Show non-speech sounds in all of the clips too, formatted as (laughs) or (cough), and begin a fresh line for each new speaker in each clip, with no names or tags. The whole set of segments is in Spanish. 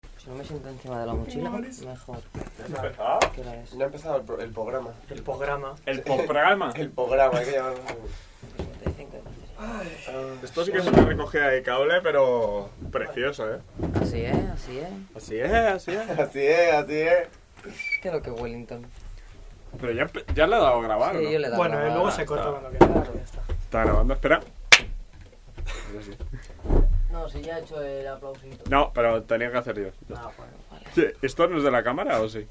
Pues Si no me siento encima de la mochila, mejor.
¿Empezado?
¿Qué hora es?
No ha empezado el, pro- el programa.
El programa.
El programa.
El programa, hay que llamarlo.
55 de la serie.
Esto sí que es una recogida de cable, pero precioso, ¿eh?
Así es, así es.
Así es, así es.
(laughs) Así es, así es.
¿Qué es lo que es Wellington?
Pero ya, empe- ya le he dado a grabar, ¿o
Sí,
Ah, no?
yo le he dado
Bueno,
la-
eh, luego se corta cuando quieras. Ya está.
Está grabando, espera. Eso sí.
No, si ya he hecho el aplausito.
No, pero tenía que hacer yo.
Ah, bueno, vale.
Sí, ¿Esto no es de la cámara o sí?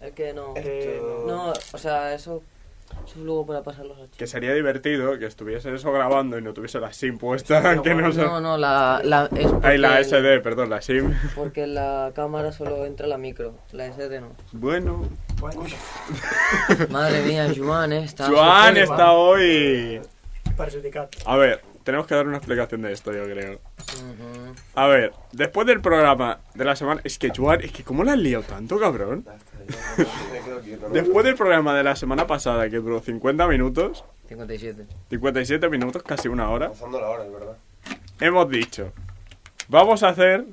Es que no.
Eh,
Esto-
No, o sea, eso. Eso es luego para pasar los ocho.
Que sería divertido que estuviese eso grabando y no tuviese la SIM puesta, que no sé.
No, no, la. la es porque
Ay, la
el-
SD, perdón, la SIM. (laughs)
Porque en la cámara solo entra la micro, la SD no.
Bueno.
Bueno,
Madre mía, Juan, eh, está.
(laughs) Joan
sufriendo.
está hoy.
perjudicar.
A ver, tenemos que dar una explicación de esto, yo creo.
Ujú.
A ver, después del programa de la semana. Es que, Joan, es que ¿cómo la has liado tanto, cabrón?
Ya Ah, está, ya me quedo quieto, ¿no?
Después del programa de la semana pasada, que duró 50 minutos,
57.
57 minutos, casi una hora,
Pasando la hora, es verdad.
hemos dicho: Vamos a hacer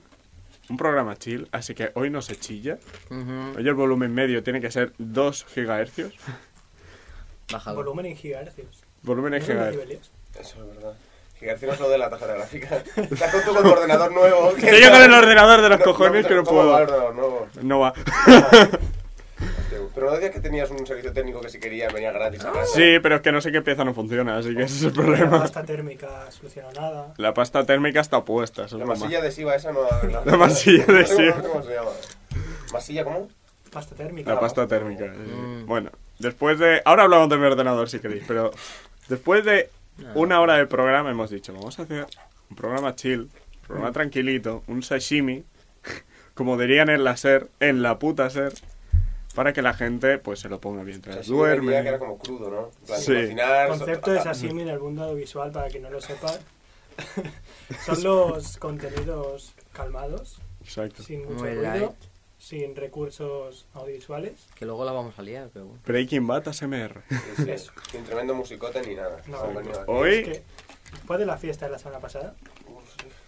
un programa chill, así que hoy no se chilla.
Ujú.
Hoy el volumen medio tiene que ser 2 GHz.
Bájalo.
Volumen en gigahercios.
Volumen en
¿No son los
GHz.
decibelios?
Eso es verdad. Que García no es lo de la tajada gráfica. Estás con tu con tu ordenador nuevo.
Que yo con el ordenador de los cojones que no
¿cómo va el
puedo.
ordenador nuevo?
No va.
Pero no decías que tenías un servicio técnico que si querías venía gratis a casa.
Ah, Sí, pero es que no sé qué pieza no funciona, así que ese es el
La
(laughs) problema.
pasta térmica soluciona nada.
La pasta térmica está puesta, eso es
La
lo malo.
masilla adhesiva
(laughs)
esa no... La,
masilla
no sé
adhesiva. Eh,
¿Cómo se llama? ¿Masilla cómo?
Pasta térmica.
La pasta térmica. sí, sí.
Mm.
Bueno, después de... Ahora hablamos de mi ordenador si queréis, pero después de una hora de programa hemos dicho, vamos a hacer un programa chill, un programa tranquilito, un sashimi, (laughs) como dirían en la SER, en la puta SER, para que la gente pues se lo ponga mientras
Sashimi venía Que
duerme.
era como crudo, ¿no? En plan,
Sí.
cocinar... ah,
concepto de sashimi en el mundo audiovisual, para quien no lo sepa, (laughs) son los contenidos calmados,
Exacto.
sin mucho
Muy
ruido,
light.
sin recursos audiovisuales.
Que luego la vamos a liar, pero bueno.
Breaking Bad ASMR.
Sí, sí.
Eso.
Sin tremendo musicote ni nada.
No.
Se han venido aquí.
Es
Hoy,
que, después de la fiesta de la semana pasada,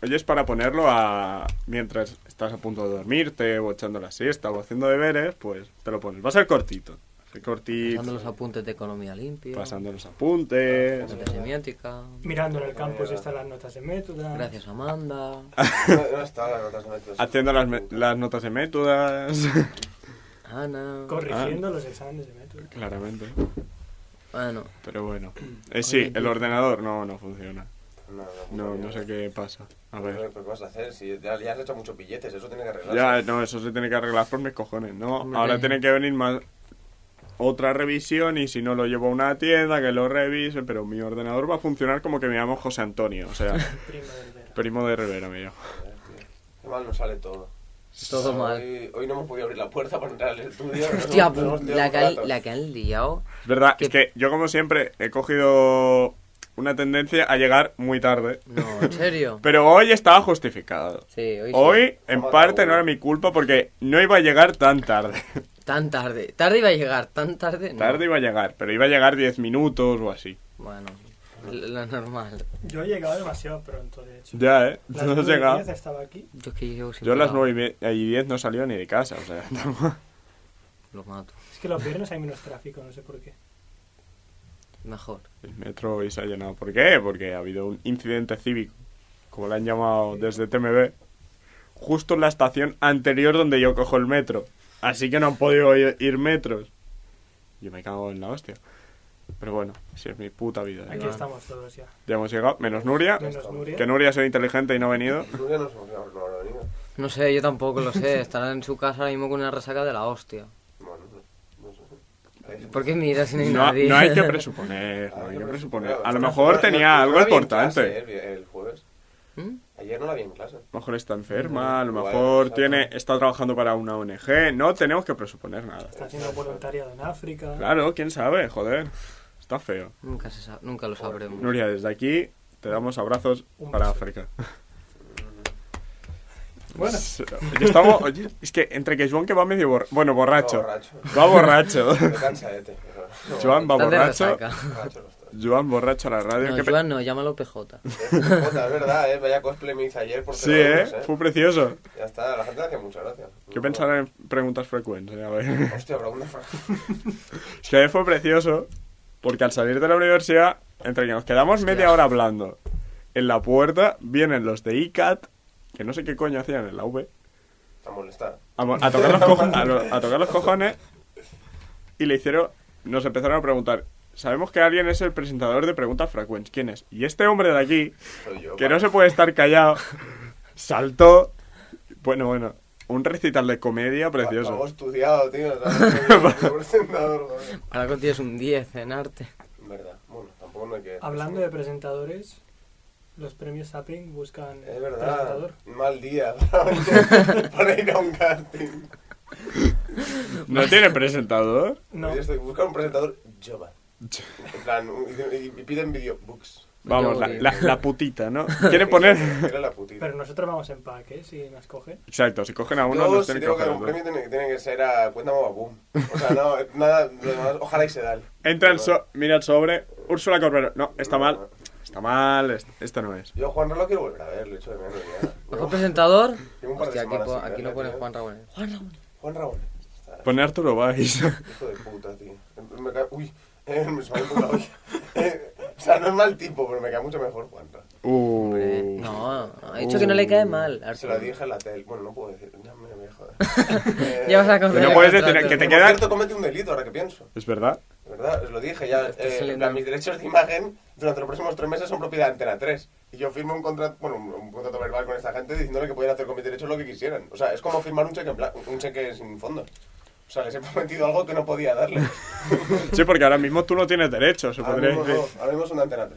hoy es para ponerlo a... Mientras estás a punto de dormirte, o echando la siesta, o haciendo deberes, pues te lo pones. Va a ser cortito. Va a ser cortito.
Pasando los apuntes de economía limpia.
pasando los apuntes.
apuntes de semiótica.
mirando en el campus están las notas de método.
Gracias,
(laughs)
Amanda.
No, no estaba las notas nuestras.
Haciendo las, me- las notas de métodas. (laughs)
Ana.
Ah.
Corrigiendo los exámenes de método.
Claramente.
Bueno,
Pero bueno. Eh, sí, el ordenador no, no funciona.
No, no,
No,
puta
no
mierda.
sé qué pasa. A ver.
Pero, ¿Qué vas a hacer? Si ya, ya has hecho muchos billetes, eso tiene que arreglarse.
Ya, no, eso se tiene que arreglar por mis cojones, ¿no?
Hombre.
Ahora tiene que venir más otra revisión y si no lo llevo a una tienda que lo revise, pero mi ordenador va a funcionar como que me llamo José Antonio,
(laughs)
o sea,
Primo del verano.
primo de Rivera mío.
Joder, tío. Qué mal nos sale todo.
todo mal.
Hoy, hoy no hemos podido abrir la puerta para entrar al estudio.
Hostia,
Nos hemos tirado
la
un
que, han,
rato.
la que han liado.
Es verdad,
Que-
es que yo como siempre he cogido una tendencia a llegar muy tarde.
No, en
(laughs)
serio.
Pero hoy estaba justificado.
Sí, hoy, sí.
Hoy, en parte, no era mi culpa porque no iba a llegar tan tarde.
Tan tarde. Tarde iba a llegar, tan tarde. no.
(laughs) Tarde iba a llegar, pero iba a llegar 10 minutos o así.
Bueno, lo lo normal.
Yo he llegado demasiado pronto, de hecho.
Ya, ¿eh?
Las
No has
nueve y
llegado.
diez estaba aquí.
Yo es que llevo siempre
Yo a las
la-
9 y 10 no salió ni de casa, o sea, (laughs) tampoco-
Lo mato.
Es que los viernes hay menos tráfico, no sé por qué.
Mejor.
El metro hoy se ha llenado. ¿Por qué? Porque ha habido un incidente cívico, como lo han llamado desde TMB, justo en la estación anterior donde yo cojo el metro. Así que no han podido ir ir metros. Yo me cago en la hostia. Pero bueno, así es mi puta vida.
Aquí
va.
estamos todos ya.
Ya hemos llegado, menos Nuria.
Menos Nuria.
Que Nuria es inteligente y no ha venido.
Nuria no se nos no, no, no, no.
No sé, yo tampoco lo
(laughs)
sé. Estarán en su casa ahora mismo con una resaca de la hostia.
Bueno, no, no sé.
¿Por qué miras si no hay
No,
nadie?
no hay que presuponer, no hay que
Claro,
presuponer.
claro,
A lo
no,
mejor
no, no,
tenía
no
algo
la vi en clase,
importante.
El, el jueves.
(laughs) ¿Mm?
Ayer no la vi en clase.
A lo mejor está enferma, a lo
Igual,
mejor
exacto.
tiene está trabajando para una ONG. No tenemos que presuponer nada.
Está haciendo voluntariado en África.
Claro, quién sabe, joder. Está feo.
Nunca, se sa- nunca lo sabremos.
Nuria, desde aquí te damos abrazos
Un
para
beso.
África.
Bueno,
Oye, estamos- oye, es que entre que Joan que va medio borracho. Bueno, borracho.
borracho.
Va borracho. (laughs)
Me cansa, eh. te-
Joan va
Estás de
borracho.
resaca.
Borracho los dos.
Joan borracho a la radio.
No,
qué pe-
Joan no, llámalo PJ.
Jota, es verdad, ¿eh? Vaya cosplay me hice ayer por
Sí, ¿eh?
Tenerife,
Fue precioso.
Ya está, la gente le hace muchas gracias.
¿Qué pensarán en preguntas frecuentes? A ver.
Hostia, pregunta.
(laughs) Es que fue precioso, porque al salir de la universidad, entre que nos quedamos media hora hablando, en la puerta vienen los de ICAT, que no sé qué coño hacían en la V,
(laughs) Está molestada.
a, mo- a tocar, los cojo- a lo- a tocar los cojones, y le hicieron, nos empezaron a preguntar, sabemos que alguien es el presentador de preguntas frecuentes, ¿quién es? Y este hombre de aquí,
Soy yo.
que no se puede estar callado, saltó, bueno, bueno, un recital de comedia
Lo he
precioso.
estudiado, tío. ¿sabes?
(laughs)
Soy (laughs) presentador, joder.
Ahora contigo es un 10 en arte.
En verdad. Bueno, tampoco no hay que...
Hablando de presentadores, los premios Zapping buscan
Es verdad,
presentador.
mal día (laughs) para para ir a un casting.
¿No tiene presentador?
No,
Yo estoy buscando un presentador Jova. En plan, un- y, y- y piden videobooks.
Vamos,
Yo
la,
voy.
la- la putita, ¿no?
(laughs)
Quiere poner...
Era la putita.
pero nosotros vamos en pack, ¿eh? Si nos cogen.
Exacto, si cogen a uno,
Yo,
nos
si
tienen que
tengo que
coger
dar
a
un
otro.
premio, tiene, tiene que ser a Cuéntame Babum. O sea, no, nada, lo demás, ojalá y se da.
Entra el so- mira el sobre, Úrsula Corbero. No, está mal, está mal, es- esta no es.
Yo a Juan no lo quiero volver a ver, lo echo de menos
(laughs)
ya.
Mejor
Yo-
presentador.
Llevo un par de
Hostia, aquí,
semanas
po-
sin
aquí
verla,
lo pone
tío.
Juan Raúl. Juan Raúl.
Juan Raúl.
Pone Arturo
(laughs)
Valls.
Hijo de puta, tío. Me cae... Uy, eh, me salió por la olla. (laughs) Eh, o sea, no es mal tipo, pero me cae mucho mejor Juan.
Uh,
Eh, No, no, ha dicho que no le cae mal.
Se
Arturo.
lo dije a la tele. Bueno, no puedo decir. Ya me, me joder.
(laughs) Ya vas a
Que
coger.
no
el
puedes
contrato.
decir que te
Por
queda-
cierto, comete un delito ahora que pienso.
¿Es verdad?
De verdad, os lo dije ya.
Este es
eh,
el
en plan,
enano.
mis derechos de imagen durante los próximos tres meses son propiedad de Antena 3. Y yo firmo un contrato, bueno, un, un contrato verbal con esta gente diciéndole que podían hacer con mis derechos lo que quisieran. O sea, es como firmar un cheque, en blan- un cheque sin fondo. O sea, les he (laughs) prometido algo que no podía darle.
Sí, porque ahora mismo tú no tienes derecho, se
Ahora
podría
mismo,
decir.
no, ahora mismo son de Antena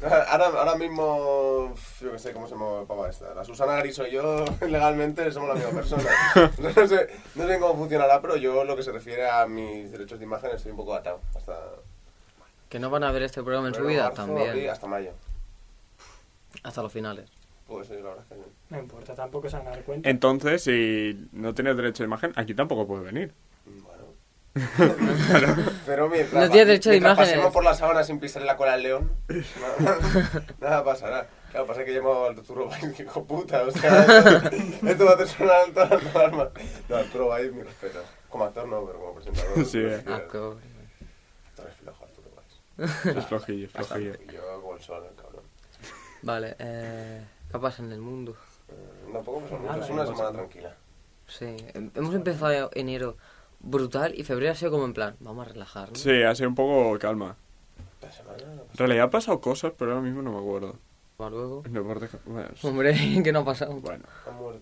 3. Ahora, ahora mismo, yo que sé cómo se llama papá esta. La Susana Griso y yo (laughs) legalmente somos la misma persona. No sé, no sé cómo funcionará, pero yo lo que se refiere a mis derechos de imagen estoy un poco atado. Hasta,
Que no van a ver este programa en su
febrero,
vida
marzo, abril,
también.
hasta mayo.
Hasta los finales.
Pues sí, la verdad es que sí.
No importa, tampoco se van a dar cuenta.
Entonces, si no tienes derecho de imagen, aquí tampoco puedes
(laughs)
venir.
Bueno.
(laughs)
pero mientras,
No tiene derecho de
mientras
imagen,
pasemos
¿eh?
por la sábana sin pisar la cola al
(laughs)
león, nada, (laughs) nada pasará. Claro, pasa que llamo al Arturo Valls, que (laughs) hijo puta, o sea,
(laughs)
esto, esto va a hacer sonar todas las alarmas. No, Arturo Valls, mi respeto. Como actor no, pero como
(laughs)
presentador.
Sí, eh.
Ah,
Actor
cobre.
es flojo, Arturo Valls.
Es flojillo, es
Hasta
flojillo.
yo hago el sol, el cabrón.
Vale, eh, ¿qué pasa en el mundo?
Eh, Tampoco pasa mucho,
Nada,
es una
no pasa
semana tranquila.
Sí, em- hemos empezado enero brutal y febrero ha sido como en plan, vamos a relajarnos.
Sí, así un poco calma.
Esta semana no pasa
En realidad han pasado cosas, pero ahora mismo no me acuerdo.
Para luego. (laughs)
En deportes, bueno, sí.
Hombre, (laughs) que no ha pasado.
Bueno,
Ha muerto,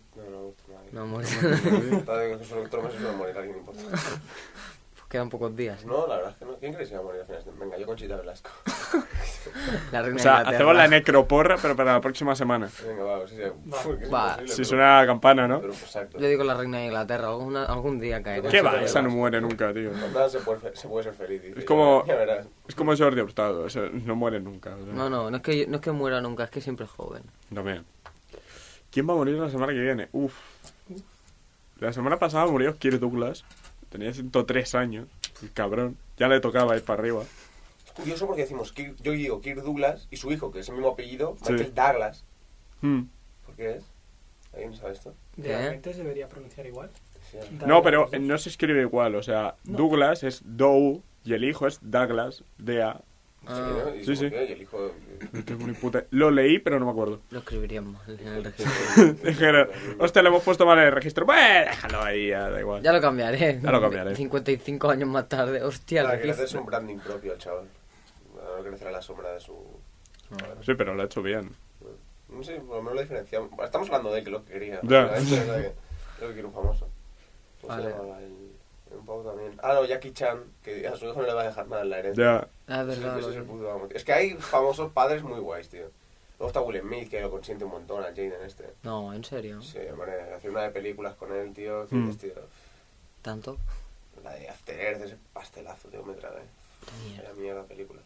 no, no, ha muerto nadie.
No ha (laughs) muerto.
Está bien que solo otro mes se va a morir alguien importante.
(laughs) Pues Quedan pocos días.
No, la verdad es que no. ¿Quién crees que iba a morir al final? Venga, yo Conchita Velasco. (laughs)
La reina
o
de
sea,
Inglaterra.
hacemos la necroporra, pero para la próxima semana.
Venga, va, sí, sí.
Va.
Uf, (laughs) que es
Va.
imposible,
Si
pero-
suena la campana, ¿no?
Pero, pues, exacto.
Yo digo la reina de Inglaterra, alguna- algún día caerá.
¿Qué va? Esa no muere nunca, tío.
Con nada se puede, fe- se puede ser feliz. dice.
Es como-
Ya verás.
Es como Jordi Hurtado, o sea, no muere nunca. o sea,
No, no, no es, que, no es que muera nunca, es que siempre es joven.
No me- ¿Quién va a morir la semana que viene? Uf. La semana pasada murió Kirk Douglas. Tenía 103 años. El cabrón. Ya le tocaba ir para arriba.
Es curioso porque decimos, Kirk- yo digo Kirk Douglas y su hijo, que es el mismo apellido,
Sí.
Michael Douglas.
Hmm.
¿Por qué es? ¿Alguien sabe esto?
¿Qué?
De repente se debería pronunciar igual.
Ah.
Sí,
No, pero no se escribe igual. O sea, Douglas es Dow y el hijo es Douglas. D.A.
Ah,
¿Y
sí,
por
sí.
qué? Y el hijo...
(laughs)
No tengo ni puta- Lo leí, pero no me acuerdo. (laughs)
lo escribirían mal en el registro. (laughs)
Dijeron, hostia, le hemos puesto mal en el registro. Bueno, déjalo ahí, ya, da igual.
Ya lo cambiaré.
Ya lo cambiaré.
55 años más tarde, hostia, el
Para que hacerse
registro.
un branding propio al chaval. Para no crecer a la sombra de su...
Sí, pero lo ha hecho bien.
No sé, por lo menos lo diferenciamos. Bueno, Estamos hablando de él, que es lo que quería.
Ya.
básicamente, o sea, que es lo que quiere un famoso. ¿Cómo se
Vale.
llamaba el- Un poco también. Ah, no, Jackie Chan, que a su hijo no le va a dejar nada en la herencia.
Ya.
Ah, es
Ese-
verdad.
ese
lo
es el
vi.
puto amo, tío. Es que hay famosos padres muy guays, tío. Luego está Will Smith, que lo consiente un montón, al Jaden este.
No, en serio.
Sí, hombre, hacer una de películas con él, tío. que
Mm.
dices, tío,
Tanto.
La de After Earth, ese pastelazo, tío, me traga, eh.
Mierda.
La mierda
(laughs)
película.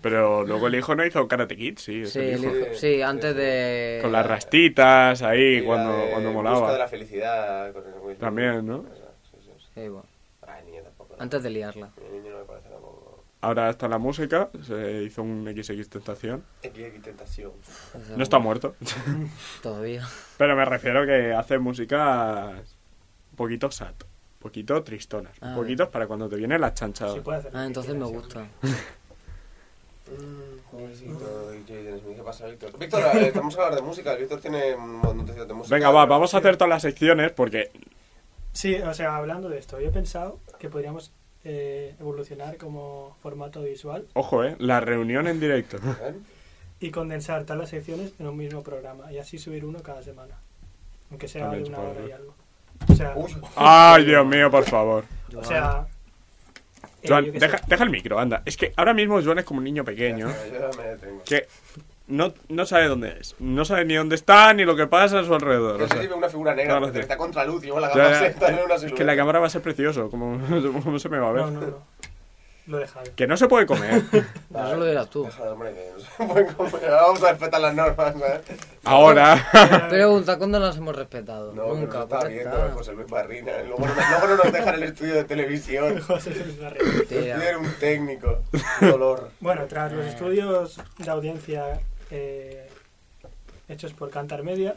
Pero luego el hijo no hizo Karate Kid, sí. es
Sí,
el hijo.
el hijo-
Sí,
sí,
sí,
antes
sí.
de.
Con las rastitas ahí,
Y la
cuando,
de
cuando
En
molaba.
Busca de la felicidad. Con el Will Smith.
También, ¿no?
Esa, sí, sí, sí.
Sí, bueno,
Ay, niña tampoco.
antes de liarla.
Mi niño no me parece tampoco.
Ahora está la música, se hizo un XX tentación.
XX Tentación. Ah,
No está muerto,
(laughs)
Todavía.
pero me refiero que hace músicas un poquito sat, un poquito tristonas, un
Ah.
poquito para cuando te viene la chanchada.
Se puede hacer. lo
Ah,
que
entonces me
(laughs)
quieras,
gusta.
Mm, pobrecito DJ Dennis Smith, ¿qué pasa, Víctor? Víctor, eh, vamos a hablar de música. Víctor tiene un montón de de música.
Venga, va, vamos a hacer todas las secciones porque
Sí, o sea, hablando de esto, yo he pensado que podríamos eh, evolucionar como formato visual
Ojo, eh, la reunión en
(laughs)
directo.
¿Eh?
y condensar todas las secciones en un mismo programa y así subir uno cada semana. Aunque sea
También
de una
se puede
hora y
hacer.
algo. O sea,
Uy,
Ay, Dios mío, por favor.
o sea eh,
Joan,
yo qué
deja,
sé.
deja el micro, anda. Es que ahora mismo Joan es como un niño pequeño
Yo ya me detengo.
que no, no sabe dónde es. No sabe ni dónde está ni lo que pasa a su alrededor.
Yo
o
soy
sea.
tipo una figura negra,
Claro,
porque
sí.
está contra luz, llevo la
Ya,
gama
ya,
sexta en una
es que la
silueta.
cámara va a ser precioso, como, (laughs) como se me va a ver.
No, no, no. Lo he dejado.
Que no se puede
(laughs)
comer.
No solo dirás tú.
Déjalo, hombre, que no (laughs) se pueden comer. Vamos a respetar las normas, ¿sabes?
Ahora.
Pregunta, ¿cuándo las hemos respetado?
No,
Nunca.
Nunca, está
pues ya
viendo
está.
José Luis Barrina. Luego no, luego no nos dejan el estudio de televisión.
(laughs) José Luis Garrido.
Tía.
Tiene un técnico. Qué dolor.
Bueno, tras los
Eh.
estudios de audiencia eh, hechos por Cantar Media,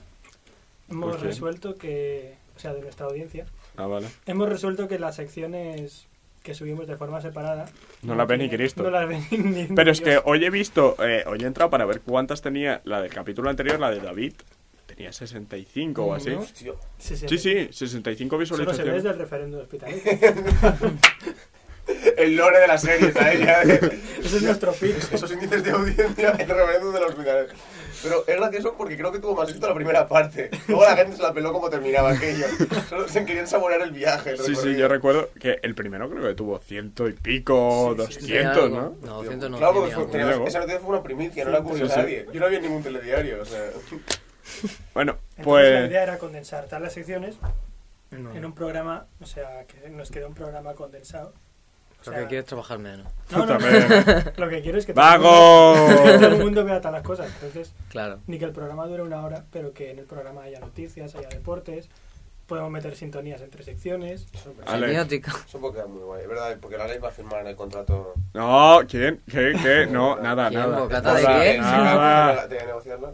hemos
¿Por quién?
resuelto que, o sea, de nuestra audiencia,
Ah, vale.
hemos resuelto que las secciones que subimos de forma separada
No la ve ni Cristo.
No las ven (laughs) ni
Pero es que
Dios.
hoy he visto, eh, hoy he entrado para ver cuántas tenía la del capítulo anterior, la de David. Tenía 65 o así.
¿No?
Tío,
Sí, sí.
Sí, sí, 65
Solo se ve
visualizaciones.
desde el referéndum hospitalario.
(laughs)
el lore de la serie, ¿sabes? Ya de-
Ese es nuestro pico.
Esos índices de audiencia, el referéndum de los hospitales. Pero es gracioso porque creo que tuvo más éxito la primera parte. Luego la gente se la peló como terminaba aquello. Solo se querían saborear el viaje. el
Sí, sí,
recorrido.
yo recuerdo que el primero creo que tuvo ciento y pico,
Sí, sí, sí.
Tenía
200,
algo.
¿no?
No, 200 no.
Claro, pues,
tenía
porque fue-
algo.
tenía-
teníamos- esa noticia fue una primicia, no la cubrió
Sí, sí.
nadie. Yo no vi en ningún telediario, o sea. (laughs)
Bueno,
Entonces la
pues
idea era condensar todas las secciones
No.
en un programa, o sea, que nos queda un programa condensado. O
Creo
sea,
que quieres trabajar menos.
no, no,
También.
no. (laughs) Lo que quiero es que todo el mundo- todo el
¡Vago!
mundo vea todas las cosas. Entonces,
Claro.
ni que el programa dure una hora, pero que en el programa haya noticias, haya deportes, podemos meter sintonías entre secciones.
Ale.
Semiótica.
Eso porque era muy guay, es verdad, porque la ley va a firmar el contrato.
No, ¿quién? ¿Qué?
(laughs)
¿Qué? No, nada,
¿Quién?
nada.
¿Bocata
O
de
sea,
Nada,
qué? (laughs)
el-
nada.
de negociarla.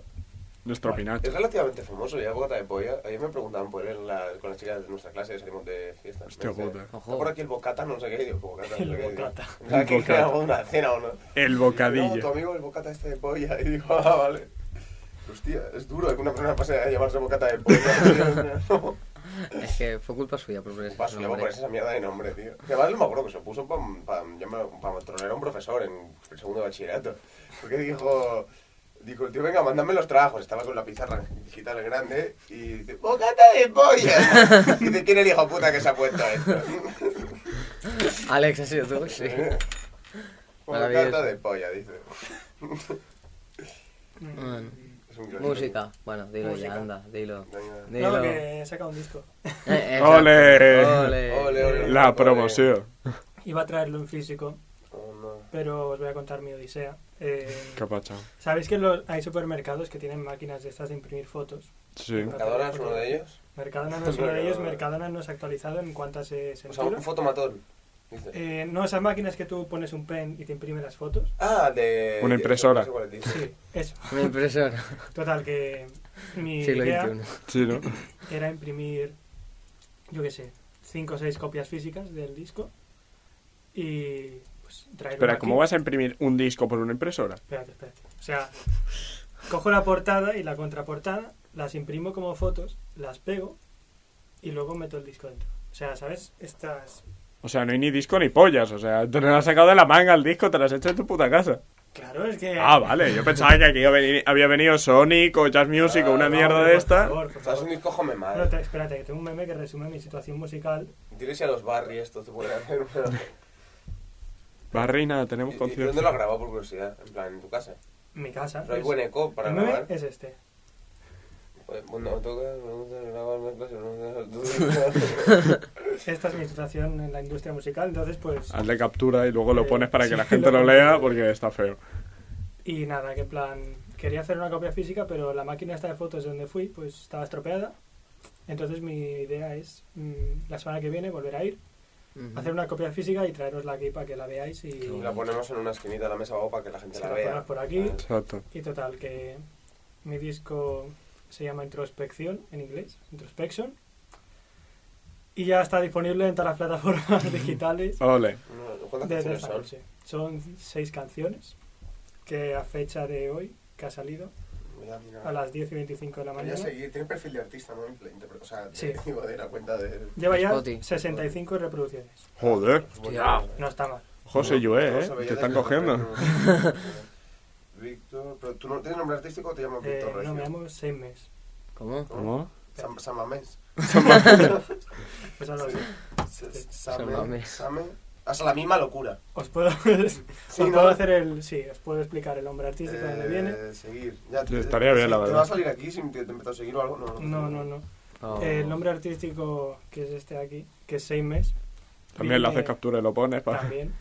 Nuestro pinacho.
Es relativamente famoso, ya bota de polla. Ayer me preguntaban por él la- con las chicas de nuestra clase, salimos de fiesta.
Hostia
Me dice,
puta.
"Está por aquí el bocata, no sé qué, y digo, bocata, no
El
sé qué. digo.
bocata.
Nada, que
El bocata.
hago una cena o no.
El
No, tu
bocadillo.
amigo el bocata este de polla. Y digo, ah, vale. Hostia, es duro que una persona pase a llamarse bocata de polla.
(laughs)
(laughs) No.
Es que fue culpa suya por poner
Paso,
ese
ya voy a
nombre.
poner esa mierda de nombre, tío. Que además me acuerdo que se puso para pa, pa, trolear a un profesor en el segundo de bachillerato. Porque dijo, dijo el tío, venga, mándame los trabajos. Estaba con la pizarra digital grande y dice, ¡bocata de polla! y dice, ¿quién es el hijo puta que se ha puesto esto?
Alex, ¿has sido tú? Sí.
¡Bocata
Maravilloso.
de polla! Dice.
Mm.
Bueno.
Es un clásico.
Música. Bueno, dilo
Música.
ya, anda, dilo.
Venga.
Dilo.
No, que saca un disco.
Eh, exacto.
¡Ole!
Ole.
Ole, ole, ole.
La promoción.
Iba a traerlo en físico,
Oh, no.
pero os voy a contar mi odisea. Eh,
Capacha.
¿Sabéis que los- hay supermercados que tienen máquinas de estas de imprimir fotos?
Sí.
¿Mercadona es uno de ellos?
Mercadona no es uno de ellos, Mercadona no es actualizado en cuántas se se
O sea, un
empilan.
fotomatón. Dice.
Eh, no, esas máquinas que tú pones un pen y te imprime las fotos.
Ah, de...
Una
de-
impresora.
no sé cuál dice. (laughs)
Sí, eso.
Una impresora.
Total, que mi
Siglo
idea
XXI. (laughs)
Sí, ¿no?
era imprimir, yo qué sé, cinco o seis copias físicas del disco y pues traerlo
Espera,
aquí.
¿cómo vas a imprimir un disco por una impresora?
Espérate, espérate. O sea, cojo la portada y la contraportada, las imprimo como fotos, las pego y luego meto el disco dentro. O sea, ¿sabes? Estas...
O sea, no hay ni disco ni pollas. O sea, te lo has sacado de la manga el disco, te lo has hecho en tu puta casa.
Claro, es que...
Ah, vale. Yo pensaba que aquí había- había venido Sonic o Jazz Music o una
Ah,
No,
mierda
hombre,
de
por
esta.
favor, por
O sea, es
favor.
un disco jome
Bueno,
madre.
te- espérate, que tengo un meme que resume mi situación musical.
Dile si a los Barry esto te puede hacer (laughs) una...
Barrina, tenemos
¿Y- y ¿Dónde
concierto.
lo has grabado por curiosidad? En plan, en tu casa.
en Mi casa.
Pero hay
Es-
buen eco para
el meme
grabar.
es este.
Pues, Bueno, toca, me gusta grabar una clase,
(laughs)
no
Esta es mi situación en la industria musical, entonces pues...
Hazle captura y luego lo
Eh,
pones para que
sí,
la gente lo
lo-
lea porque está feo.
Y nada, que en plan, quería hacer una copia física, pero la máquina esta de fotos de donde fui, pues estaba estropeada. Entonces mi idea es, mm, la semana que viene, volver a ir
Ujú.
hacer una copia física y traerosla aquí para que la veáis y,
Qué
Y la ponemos en una esquinita de la mesa abajo para que la gente
Sí,
la
la
vea.
ponemos por aquí.
¿sabes?
Exacto.
y total que mi disco se llama Introspección en inglés, Introspection y ya está disponible en todas las plataformas digitales
Ole.
No, ¿Cuántas
de
canciones
tres
son?
años, sí. Son seis canciones que a fecha de hoy que ha salido
Voy a mirar.
a las 10 y 25 de la
Voy a
mañana
seguir. Tiene perfil de artista, ¿no? Interpre- O sea, de- (laughs)
Sí.
digo, de la cuenta de...
lleva ya
Spotify.
65 reproducciones
Joder.
Hostia.
no está mal
Ah. José
No, no
Yue, ¿eh?
sabía
Te
de
están
que-
cogiendo. (laughs)
Víctor, pero ¿tú no tienes nombre artístico o te llamas
Eh,
Víctor
no
Regio?
me llamo Semes
¿Cómo?
¿Cómo?
Sam, Samamés.
pues algo así.
S-
Sí.
Same.
Samamés.
Same. Hasta la misma locura.
os puedo (laughs)
Sí,
os
¿no?
puedo hacer el sí os puedo explicar el hombre artístico de dónde
Eh,
viene
Seguir. Ya, te-
Estaría bien,
sí,
la
¿Te
verdad.
va a salir aquí si te, te empezó a seguir o algo? No,
No, no, no.
Oh.
El nombre artístico que es este de aquí, que es Seimes,
También le haces
Viene-
captura y lo pones para...
eh, también.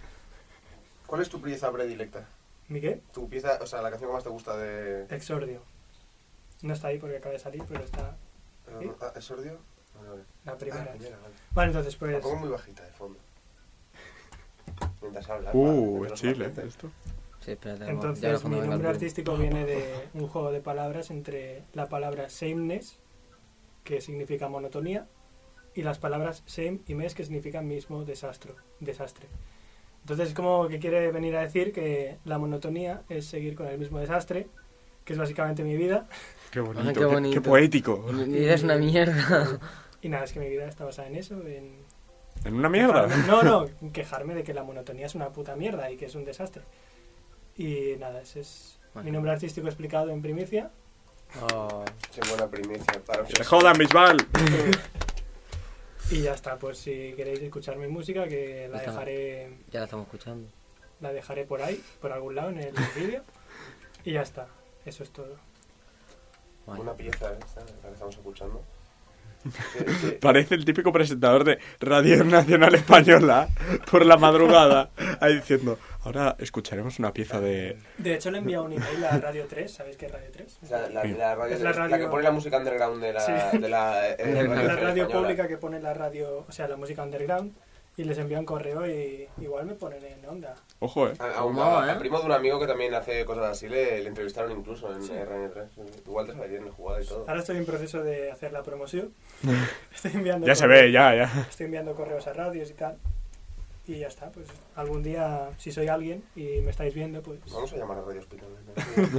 ¿Cuál es tu pieza predilecta?
Miguel,
Tu pieza, o sea, la canción que más te gusta
Eh,
de... eh,
Exordio. No está ahí porque acaba de salir, pero está
Perdón, ah, ¿Exordio? Vale, vale.
la
Ah,
primera.
primera, vale.
Vale, entonces pues...
La pongo muy bajita de
(laughs)
fondo. Mientras hablas.
Uh,
vale,
es Chile.
mientras
Esto.
Sí, espérate. vamos, ya
Entonces
cuando
mi
venga el
nombre
turno.
artístico viene de un juego de palabras entre la palabra sameness, que significa monotonía, y las palabras same y mes, que significan mismo desastro, desastre. Entonces es como que quiere venir a decir que la monotonía es seguir con el mismo desastre, que es básicamente mi vida,
Qué bonito.
qué
qué- Qué,
bonito.
poético.
Mi mi vida es una mierda. (laughs)
Y nada, es que mi vida está basada en eso, en...
En una mierda.
quejarme- No, no, en quejarme de que la monotonía es una puta mierda y que es un desastre. Y nada, ese es mi
Bueno.
nombre artístico explicado en primicia.
Oh.
Qué buena primicia. Para
¡Que te jodan, Bisbal!
Y ya está, pues si queréis escuchar mi música, que la
Ya está.
dejaré,
Ya la estamos escuchando.
la dejaré por ahí, por algún lado
(laughs)
en el vídeo. Y ya está, eso es todo.
Bueno.
Una pieza esta, la que estamos escuchando. Que- que-
Parece el típico presentador de Radio Nacional Española por la madrugada. Ahí diciendo, ahora escucharemos una pieza de...
De hecho, le he enviado un email a Radio 3, ¿sabéis qué es Radio 3?
o sea, la, la radio,
Es la radio-
que pone la música underground de la,
Sí.
de la,
(laughs)
eh,
La
radio
la radio
española.
pública que pone la radio, o sea, la música underground, y les envío un correo y igual me ponen en onda.
Ojo, eh.
A, a un,
Como,
a-
¿eh?
al primo de un amigo que también hace cosas así le, le entrevistaron incluso en RN3. Igual te salía en la jugada y todo.
Ahora estoy en proceso de hacer
(laughs)
la promoción. Estoy enviando
Ya se
correos-
ve, ya, ya.
Estoy enviando correos a radios y tal. Y ya está, pues algún día, si soy alguien y me estáis viendo, pues,
Vamos a llamar a Radio Hospital.
(laughs)
(laughs)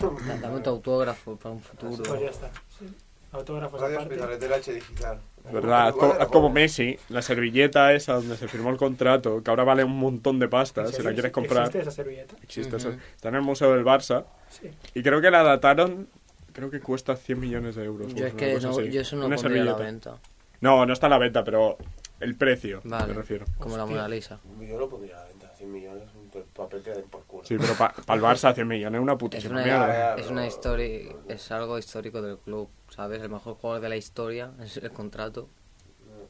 ¿no?
Da- Dame tu autógrafo para un
pues ya
futuro.
está. Sí. Autógrafos
Pues Radio
aparte.
Hospital es del H digital.
Es verdad, haz, co-
Igual
haz
era
como
joven.
Messi, la servilleta esa donde se firmó el contrato, que ahora vale un montón de pasta,
¿En
si
serio?
la quieres comprar.
¿Existe esa servilleta?
Existe,
Ujú.
eso. Está en el Museo del Barça.
Sí.
Y creo que la dataron, creo que cuesta 100 millones de euros.
Yo es
una
que
cosa
no,
así.
yo eso no
Una
lo pondría a la
servilleta.
venta.
No, no está a la venta, pero el precio,
Vale.
me refiero.
Como la
Hostia.
Mona Lisa.
Yo lo pondría a la venta, 100 millones, un pa- papel que den por culo.
Sí, pero para el Barça 100 millones es una
Es
putísima mierda.
una,
ya,
es una
pero-
histori- es algo histórico del club, ¿sabes? El mejor jugador de la historia (laughs) es el contrato.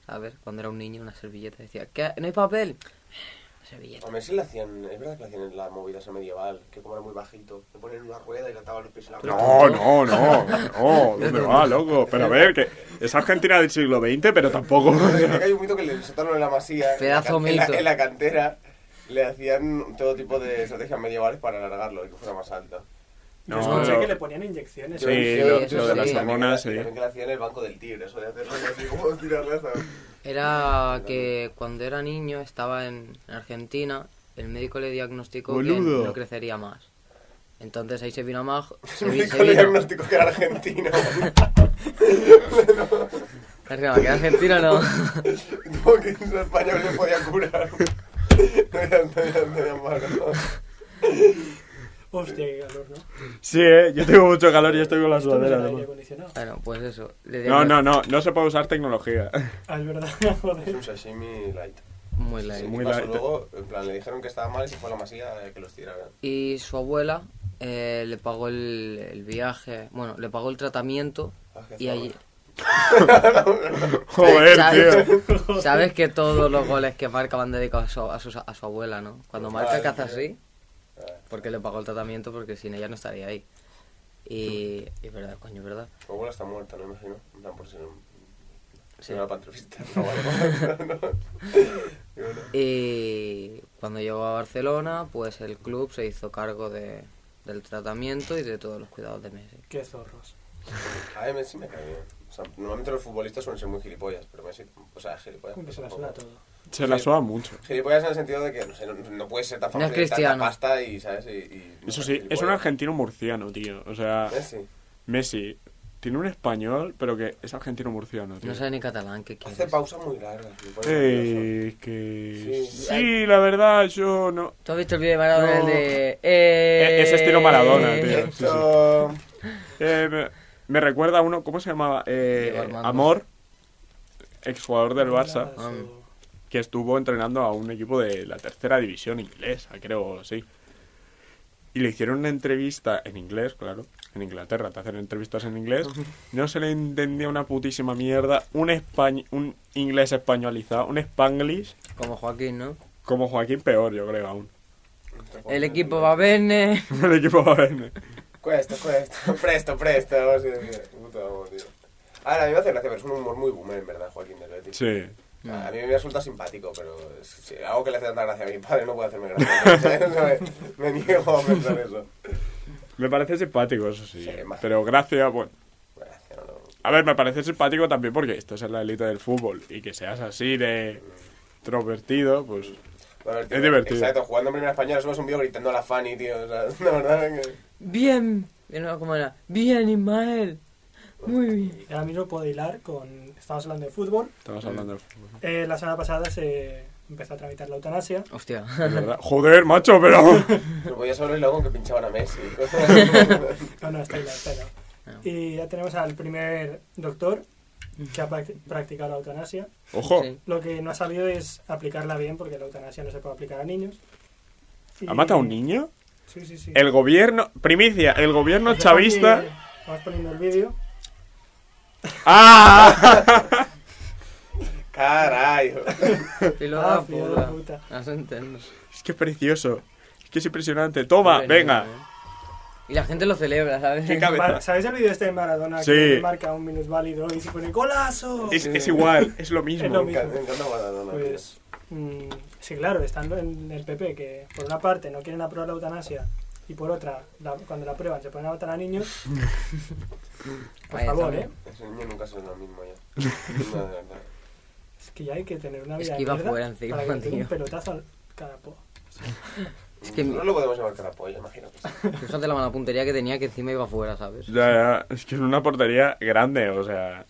A ver, cuando era un niño, una servilleta decía, ¿qué? ¿No hay papel? Una servilleta.
A Messi le hacían, es verdad que le hacían la movida esa medieval, que como era muy bajito, le ponían una rueda y le ataban los pies en la rueda.
No, no, no, no, ¿dónde va, loco? Pero a ver, que es Argentina del siglo XX, pero tampoco...
Creo que hay un mito que le soltaron en la masía, en la,
Pedazo
can- en la-
mito.
en la cantera, le hacían todo tipo de estrategias medievales para alargarlo y que fuera más alto.
Yo
No,
escuché
pero-
que le ponían inyecciones.
Sí,
¿eh?
lo-
lo de las
hormonas, sí.
Y también que le hacían en el banco del tigre, eso de hacerlo así como (laughs) tirarle hasta...
Era que cuando era niño, estaba en en Argentina, el médico le diagnosticó
Boludo.
que no crecería más. Entonces ahí se vino
(laughs)
abajo.
(laughs)
Se,
Me
vi- se
dijo el
vino.
diagnóstico que era argentino.
Arriba, que Argentina no.
(laughs)
(laughs)
Como que en español se podía curar. No era, no era, no era malo.
Hostia, qué calor, ¿no?
Sí, eh, yo tengo mucho calor y estoy con la
Esto no es el
sudadera.
aire
además.
acondicionado.
Bueno, pues eso. le
No, no,
diagnos-
no, no se puede usar tecnología.
Ah, es verdad, (laughs)
Es
joder.
un sashimi light.
Muy
Sí,
leve.
muy
muy pasó
light.
luego, en plan, le dijeron que estaba mal y se fue a la masía eh, que los tirara.
Y su abuela eh, le pagó el, el viaje, bueno, le pagó el tratamiento
Ah, qué
y allí...
Joder, tío.
¿Sabes, (laughs) sabes que todos los goles que marca van dedicados a su, a su, a su abuela, ¿no? Cuando marca
Vale,
que hace
tío.
así,
Ah,
porque le pagó el tratamiento, porque sin ella no estaría ahí. Y, y verdad, coño, verdad.
Pues Tu abuela está muerta, no imagino. pues En plan, por si no-
Sí.
No era para entrevistar, (laughs) no vale. no, no. Digo, no.
Y cuando llegó a Barcelona, pues el club se hizo cargo de, del tratamiento y de todos los cuidados de Messi.
Qué zorros.
A mí Messi me cae bien. O sea, normalmente los futbolistas suelen ser muy gilipollas, pero Messi, o sea, gilipollas.
Como que se la
tampoco.
suda todo.
Se la suda mucho.
Gilipollas en el sentido de que no, sé, no, no puedes ser tan
No es
famoso y tanta
cristiano.
pasta y, ¿sabes? Y, y-
Eso
no,
sí, es
gilipollas. Eh,
un argentino murciano, tío. O sea,
Messi.
Messi tiene un español, pero que es argentino murciano, tío.
No sabe ni catalán, ¿qué quieres?
Hace pausas muy largas. me pone nervioso.
Eh, que...
Sí.
Sí, la verdad, yo no...
¿Tú has visto el vídeo de Maradona
No.
el de... Eh...
E- es estilo Maradona, tío. sí, sí.
Esto...
Eh, me, me recuerda a uno, ¿cómo se llamaba? Eh,
Diego Armando.
Amor, exjugador del Barça,
Nada de su-
que estuvo entrenando a un equipo de la tercera división inglesa, creo, sí. Y le hicieron una entrevista en inglés, claro. En Inglaterra te hacen entrevistas en inglés. No se le entendía una putísima mierda. Un, españ- un inglés españolizado, un spanglish,
(laughs) Como Joaquín, ¿no?
como Joaquín peor, yo creo aún. (laughs)
El equipo va a verne.
El equipo va a ver.
Cuesta, cuesta. (laughs) Presto, presto. vamos a decir, Puto amo, tío. Ahora, a mí me hace gracia, pero es un humor muy boomer, en verdad, Joaquín del Betis.
Sí. Ah, Mm.
A mí me resulta simpático, pero es- si algo que le hace tanta gracia a mi padre no puede hacerme gracia. (laughs) ¿sabes? O sea, me, me niego a pensar eso.
Me parece simpático, eso sí.
Sí, más.
pero gracias, bueno.
Gracia, no, no.
A ver, me parece simpático también porque esto es la élite del fútbol y que seas así de introvertido, pues
Bueno,
Es divertido.
Exacto, jugando en primera española somos un vídeo gritando a la Fanny, tío. O sea, (laughs) la verdad que...
Bien. Y no, ¿Cómo era? Bien, Ismael. Muy bien.
Y ahora mismo puedo hilar con. Estamos hablando de fútbol.
estamos hablando del fútbol.
Eh, la semana pasada se empezó a tramitar la eutanasia.
Hostia.
Es verdad. (laughs) Joder, macho, pero...
Pero voy a saber luego que pinchaban a Messi. (laughs)
No, no, está hilado, está hilado.
Ah.
No.
Y ya tenemos al primer doctor que ha prac- practicado la eutanasia.
Ojo.
Sí.
Lo que no ha sabido es aplicarla bien porque la eutanasia no se puede aplicar a niños. Y-
¿Ha matado a un niño?
Sí, sí, sí.
El gobierno... Primicia, el
(laughs)
gobierno
Vamos aquí, eh,
chavista...
Vamos poniendo el vídeo.
¡Ah! (laughs)
(laughs)
Caray.
Filo
Ah,
da
filo de
puta.
puta.
No se entiende.
Es que es precioso. Es que es impresionante. Toma,
Muy
venga.
bonito, ¿eh? Y la gente lo celebra, ¿sabes?
Qué cabeza.
Mar- ¿Sabéis el vídeo este de Maradona
Sí.
que marca un minusválido y se pone golazo?
Es, es igual, es lo mismo.
Es lo
Me
mismo.
encanta, me encanta Maradona, tío.
Pues mm, sí, claro, están en el PP que por una parte no quieren aprobar la eutanasia y por otra, la- cuando la aprueban se ponen a matar a niños. Por
Ahí
favor,
está.
¿eh?
Ese niño nunca será lo mismo ya.
(laughs)
No, de verdad.
Es que ya hay que tener una
Es
vida
que
de
iba
mierda
fuera encima,
para que le pegue un
tío.
pelotazo al carapo.
Es que-
No lo podemos llamar carapolla, imagino. que sí.
Fíjate la mala puntería que tenía que encima iba fuera, ¿sabes?
Ya, ya, es que es una portería grande, o sea...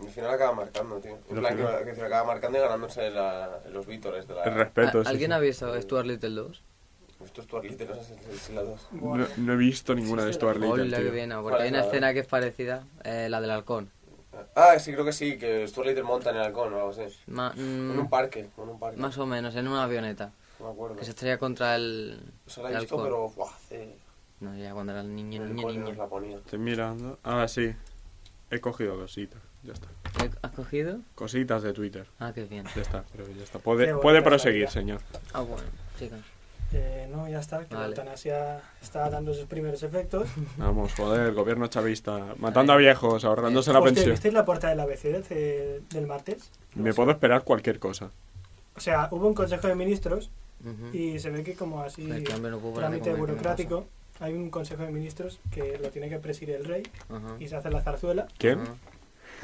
Al final acaba marcando, tío. En
Lo
plan,
primero.
que, que se acaba marcando y ganándose la- los vítores de la...
El
¿Al-
respeto, sí,
¿Alguien
sí.
ha visto Stuart Little 2?
Esto es tu arlite, no sé si- si la dos.
No, no he visto ninguna de
Sí, sí,
Stuart Little,
Hola,
tío.
qué pena,
Vale,
porque hay una
vale.
escena que es parecida, eh, la del halcón.
Ah, sí, creo que sí, que Stuart Little monta en el halcón o algo así.
Ma- mm,
En un parque, en un parque.
más o menos, en una avioneta,
No me acuerdo.
que se estrella contra el,
O sea, la
el
he visto,
halcón.
pero buah, hace...
No, ya cuando era el niño,
en el
niño,
cole nos
niño.
la ponía.
Estoy mirando. Ah, sí. He cogido cositas. Ya está.
¿Qué ¿Has cogido?
Cositas de Twitter.
Ah, qué bien.
Ya está, creo que ya está.
Qué
Puede,
bonita
puede
es la
proseguir,
vida.
señor.
Ah, bueno, chica.
Eh, no, ya está, que la
Vale.
eutanasia está dando sus primeros efectos.
Vamos, joder, gobierno chavista. Matando a viejos, ahorrándose la
Hostia, este
pensión.
¿Visteis la portada del ABC de hace- del martes?
Me puedo esperar cualquier cosa.
O sea, hubo un consejo de ministros
Ujú. Pues
y se ve que como así
Joder, qué hambre no puedo parar de
trámite
comer, ¿qué me
burocrático hay un consejo de ministros que lo tiene que presidir el rey
Ajá.
y se hace la zarzuela
(laughs)
¿Quién?
Ajá.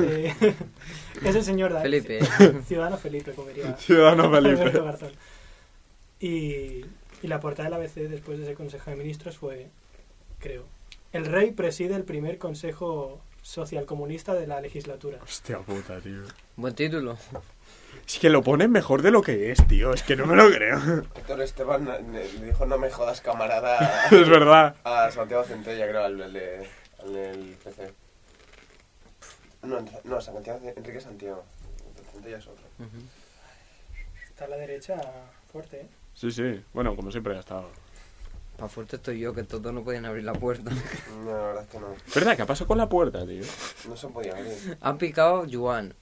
eh, (laughs) es el señor Dani- (laughs)
Felipe.
ciudadano Felipe como
(laughs)
diría (laughs)
Ciudadano
Alberto
Felipe.
Garzón y, y la portada del ABC después de ese consejo de ministros fue creo el rey preside el primer consejo socialcomunista de la legislatura
Hostia puta, tío.
Buen título.
Es que lo ponen mejor de lo que es, tío. Es que no me lo creo. (laughs)
Héctor Esteban eh, le dijo, no me jodas, camarada,
es verdad.
a Santiago Centella, creo, al, al de- al del PC. No, no, Santiago, Enrique Santiago. Centella es otro.
Ujú.
está a la derecha fuerte ¿eh?
Sí, sí. Bueno, como siempre ha estado.
Pa' fuerte estoy yo, que todos no pueden abrir la puerta. (laughs)
No, la verdad es que no.
¿Verdad? ¿Qué ha pasado con la puerta, tío?
No se podía abrir.
Han picado Yuan.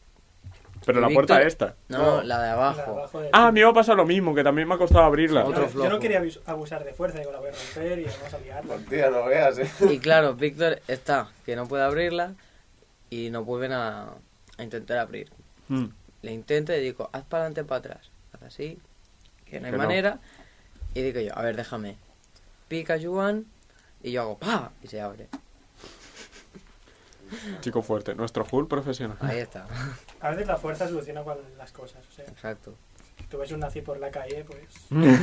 Pero la
Y
puerta
Víctor-
esta.
No,
No.
la de
La
abajo.
de abajo de-
Ah, a mí me ha pasado lo mismo, que también me ha costado abrirla.
Otro
Yo- yo
flojo.
no quería abus- abusar de fuerza, digo, la voy a romper y vamos a liarla.
Tía, no veas, eh.
(laughs) Y claro, Víctor está, que no puede abrirla y no vuelven a, a intentar abrir.
Mm.
Le intento y digo, haz para adelante, para atrás. Haz así, que no hay
Que no.
manera. Y digo yo, a ver, déjame. Pica Yuan y yo hago pa y se abre.
Chico fuerte, nuestro Hulk profesional.
Ahí
(laughs)
está.
A veces la fuerza soluciona cual- las cosas. O sea,
Exacto.
si tú ves un nazi por la calle, pues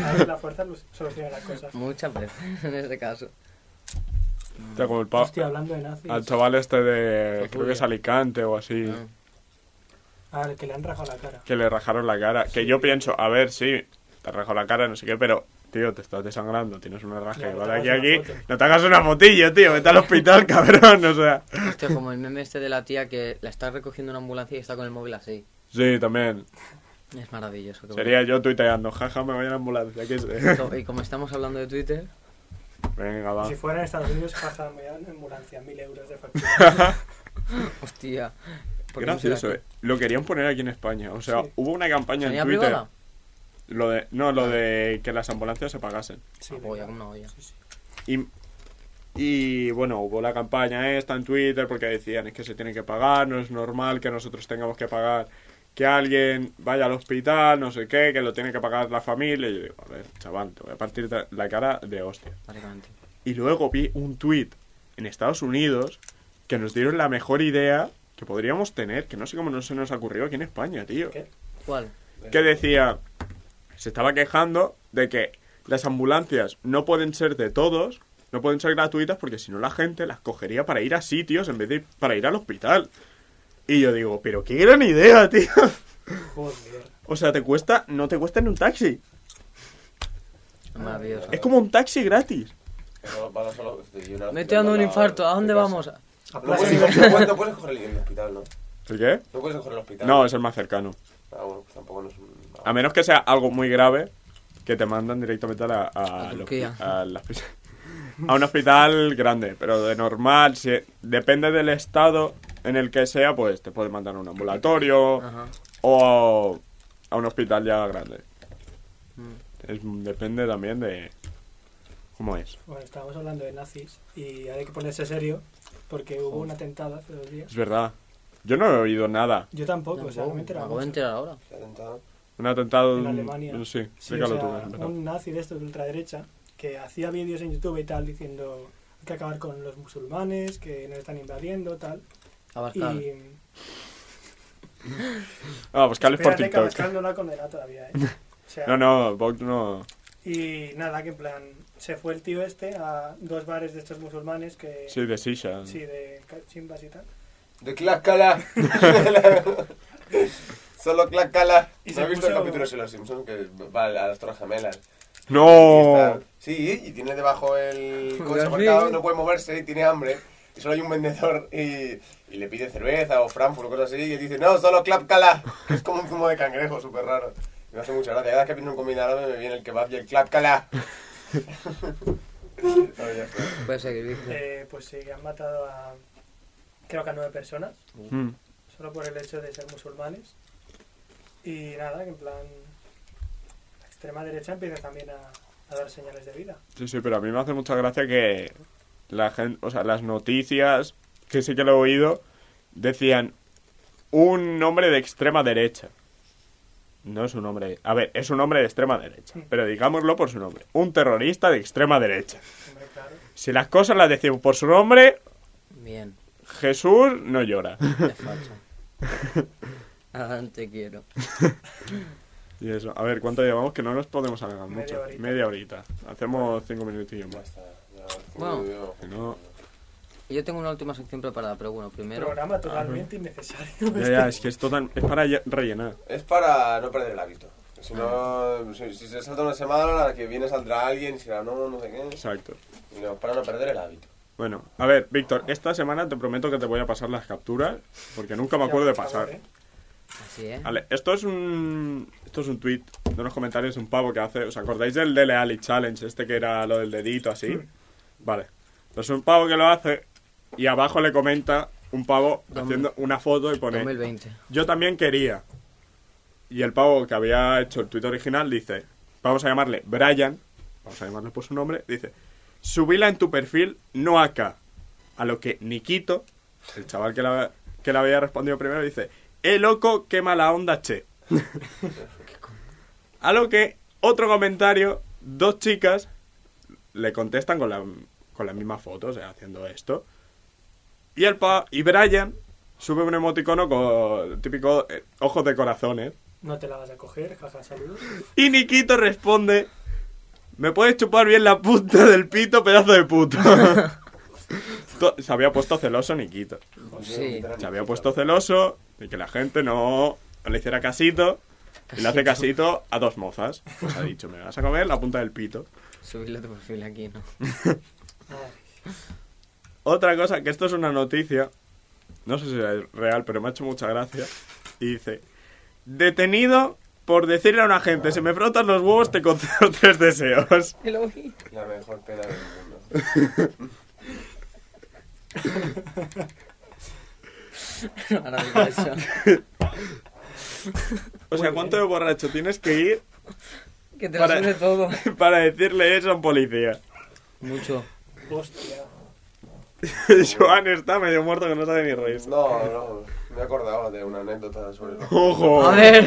a veces la fuerza lu- soluciona las cosas.
Muchas veces (laughs) en este caso.
Hostia, como el (laughs) pa-
Estoy hablando de nazis.
al chaval este de.
Fue
Creo que es
Julia.
Alicante o así.
Ah,
Al que le han rajado la cara.
Que le rajaron la cara. Que yo pienso, a ver, sí, te rajado la cara, no sé qué, pero. Tío, te estás desangrando, tienes una raja que
Claro, te
va de
hagas
aquí a
una
aquí.
foto.
No te hagas una fotillo, tío, vete al hospital, (laughs) cabrón, o sea.
Hostia, como el meme este de la tía que la está recogiendo una ambulancia y está con el móvil así.
Sí, también.
Es maravilloso. qué
Sería yo tuiteando, jaja, me voy a la ambulancia, qué sé.
(laughs)
(laughs)
bonito. Y como estamos hablando de Twitter,
Venga, va.
Si fuera en Estados Unidos, jaja, me dan ambulancia, mil euros
(laughs)
de factura.
hostia. ¿por qué no será
Gracioso,
aquí?
eh. Lo querían poner aquí en España. O sea,
Sí.
hubo una campaña en
¿Sanidad
Twitter.
privada? Ah,
Lo de, no, lo de que las ambulancias se pagasen.
Sí,
Una olla, una olla.
Sí, sí.
Y, y, bueno, hubo la campaña esta en Twitter porque decían es que se tiene que pagar, no es normal que nosotros tengamos que pagar que alguien vaya al hospital, no sé qué, que lo tiene que pagar la familia. Y yo digo, a ver, chaval, te voy a partir la cara de hostia.
Básicamente.
Y luego vi un tweet en Estados Unidos que nos dieron la mejor idea que podríamos tener, que no sé cómo no se nos ocurrió aquí en España, tío.
¿Qué?
¿Cuál?
Que decía, se estaba quejando de que las ambulancias no pueden ser de todos, no pueden ser gratuitas porque si no la gente las cogería para ir a sitios en vez de ir- para ir al hospital. Y yo digo, pero qué gran idea, (laughs) tío.
Joder.
O sea, te cuesta, no te cuesta en un taxi.
Maravilloso.
Es como un taxi gratis.
Pero para solo- y una-
Me estoy dando un
la-
infarto. ¿A dónde
de casa.
vamos?
A
No puedes,
plaza-
no puedes- no puedes coger el hospital, ¿no?
¿El qué?
No puedes coger el hospital.
No, es el más cercano.
Ah, bueno, pues tampoco no es un...
A menos que sea algo muy grave, que te mandan directamente a, la- a,
A
lo-
Turquía.
a la- a un hospital grande, pero de normal, si, depende del estado en el que sea, pues te pueden mandar a un ambulatorio
Ajá.
o a un hospital ya grande.
Mm.
Es- depende también de cómo es.
Bueno, estábamos hablando de nazis y hay que ponerse serio porque hubo un atentado hace dos días.
Es verdad. Yo no he oído nada.
Yo tampoco, o sea,
Tampoco,
no me
me
he enterado
acabo de
mucho.
enterar ahora.
Se ha tentado.
Un atentado
En
un-
Alemania.
Sí,
Sí, o
explícalo tú.
sea,
ven, ven.
un nazi de estos de ultraderecha que hacía vídeos en YouTube y tal diciendo hay que acabar con los musulmanes, que nos están invadiendo, tal.
Abascal.
Y
Ah, buscarles por
espérate que
TikTok.
Abascal no lo ha
(laughs)
condenado todavía, ¿eh? O sea,
No, no, Vox no.
Y nada, que en plan, se fue el tío este a dos bares de estos musulmanes que...
Sí, de Sisha.
sí, de cachimbas y tal.
De Tlaxcala. (laughs) Solo Tlaxcala.
Y
¿No
se
has visto el
puso-
capítulo de Los Simpsons que va a las Torres Gemelas?
¡No!
Y está- Sí, y tiene debajo el coche
Dios
aparcado,
mío.
no puede moverse y tiene hambre. Y solo hay un vendedor y, y le pide cerveza o Frankfurt o cosas así. Y él dice, no, solo Clapcala, que (laughs) es como un zumo de cangrejo, súper raro. Y me hace mucha gracia. Cada vez que pienso un combinado me viene el kebab y el (laughs) Clapcala. No, ya está.
Puedes seguir, Víctor.
Eh, pues sí, que han matado a creo que a nueve personas,
Mm.
solo por el hecho de ser musulmanes. Y nada, que en plan la extrema derecha empieza también a, a dar señales de vida.
Sí, sí, pero a mí me hace mucha gracia que la gente, o sea, las noticias, que sí que lo he oído, decían un hombre de extrema derecha. No es un hombre, a ver, es un hombre de extrema derecha, pero digámoslo por su nombre, un terrorista de extrema derecha.
Hombre, claro.
Si las cosas las decimos por su nombre,
Bien.
Jesús no llora.
Es falso. (laughs) Adelante quiero.
Y eso, a ver, ¿cuánto llevamos? Que no nos podemos alargar
Media
mucho.
horita.
Media horita. Hacemos cinco minutillos
Ya
más.
está, ya.
Bueno.
Yo-
Pues
Si no-
Yo tengo una última sección preparada, pero ah, bueno, primero.
Programa totalmente innecesario.
Ya, ya, es que es, total, es para ya- rellenar.
Es para no perder el hábito. Si no, si, si se salta una semana, la que viene saldrá alguien y será no, no sé qué.
Exacto.
Y no, para no perder el hábito.
Bueno, a ver, Víctor, esta semana te prometo que te voy a pasar las capturas, porque nunca me acuerdo de
¿eh?
pasar.
Así, ¿eh?
Vale, esto es un esto es un tweet de unos comentarios de un pavo que hace, ¿os acordáis del Dele Alli Challenge, este que era lo del dedito así? Vale. Pues un pavo que lo hace y abajo le comenta un pavo
Dos mil-
haciendo una foto y pone
2020.
yo también quería. Y el pavo que había hecho el tweet original dice, vamos a llamarle Brian, vamos a llamarle por su nombre, dice, subila en tu perfil, no acá. A lo que Nikito, el chaval que la, que la había respondido primero, dice, Eh, loco, qué mala onda, che. (laughs) A lo que otro comentario, dos chicas le contestan con la, con la misma foto, o sea, haciendo esto. Y, el pa y Brian sube un emoticono con típico eh, ojos de corazones.
No te la vas a coger, jaja, saludos.
Y Nikito responde, me puedes chupar bien la punta del pito, pedazo de puto. To- Se había puesto celoso Nikito.
Sí.
Se había puesto celoso de que la gente no no le hiciera casito. Y le hace casito a dos mozas. Pues ha dicho, me vas a comer la punta del pito.
Subirlo tu perfil aquí,
(laughs)
¿no?
Ay,
Otra cosa, que esto es una noticia, no sé si es real, pero me ha hecho mucha gracia, y dice, detenido por decirle a un agente, si me frotas los huevos te concedo (laughs) tres deseos.
(laughs)
La mejor peda del mundo.
Ahora digo eso.
O sea, ¿cuánto de borracho tienes que ir (laughs)
Que te lo
para,
sé de todo.
para decirle eso a un policía? (laughs)
Mucho.
Hostia. (laughs)
Joan está medio muerto que no sabe ni reírse.
No, no, me he acordado de una anécdota sobre
(laughs)
lo-
¡Ojo!
A ver.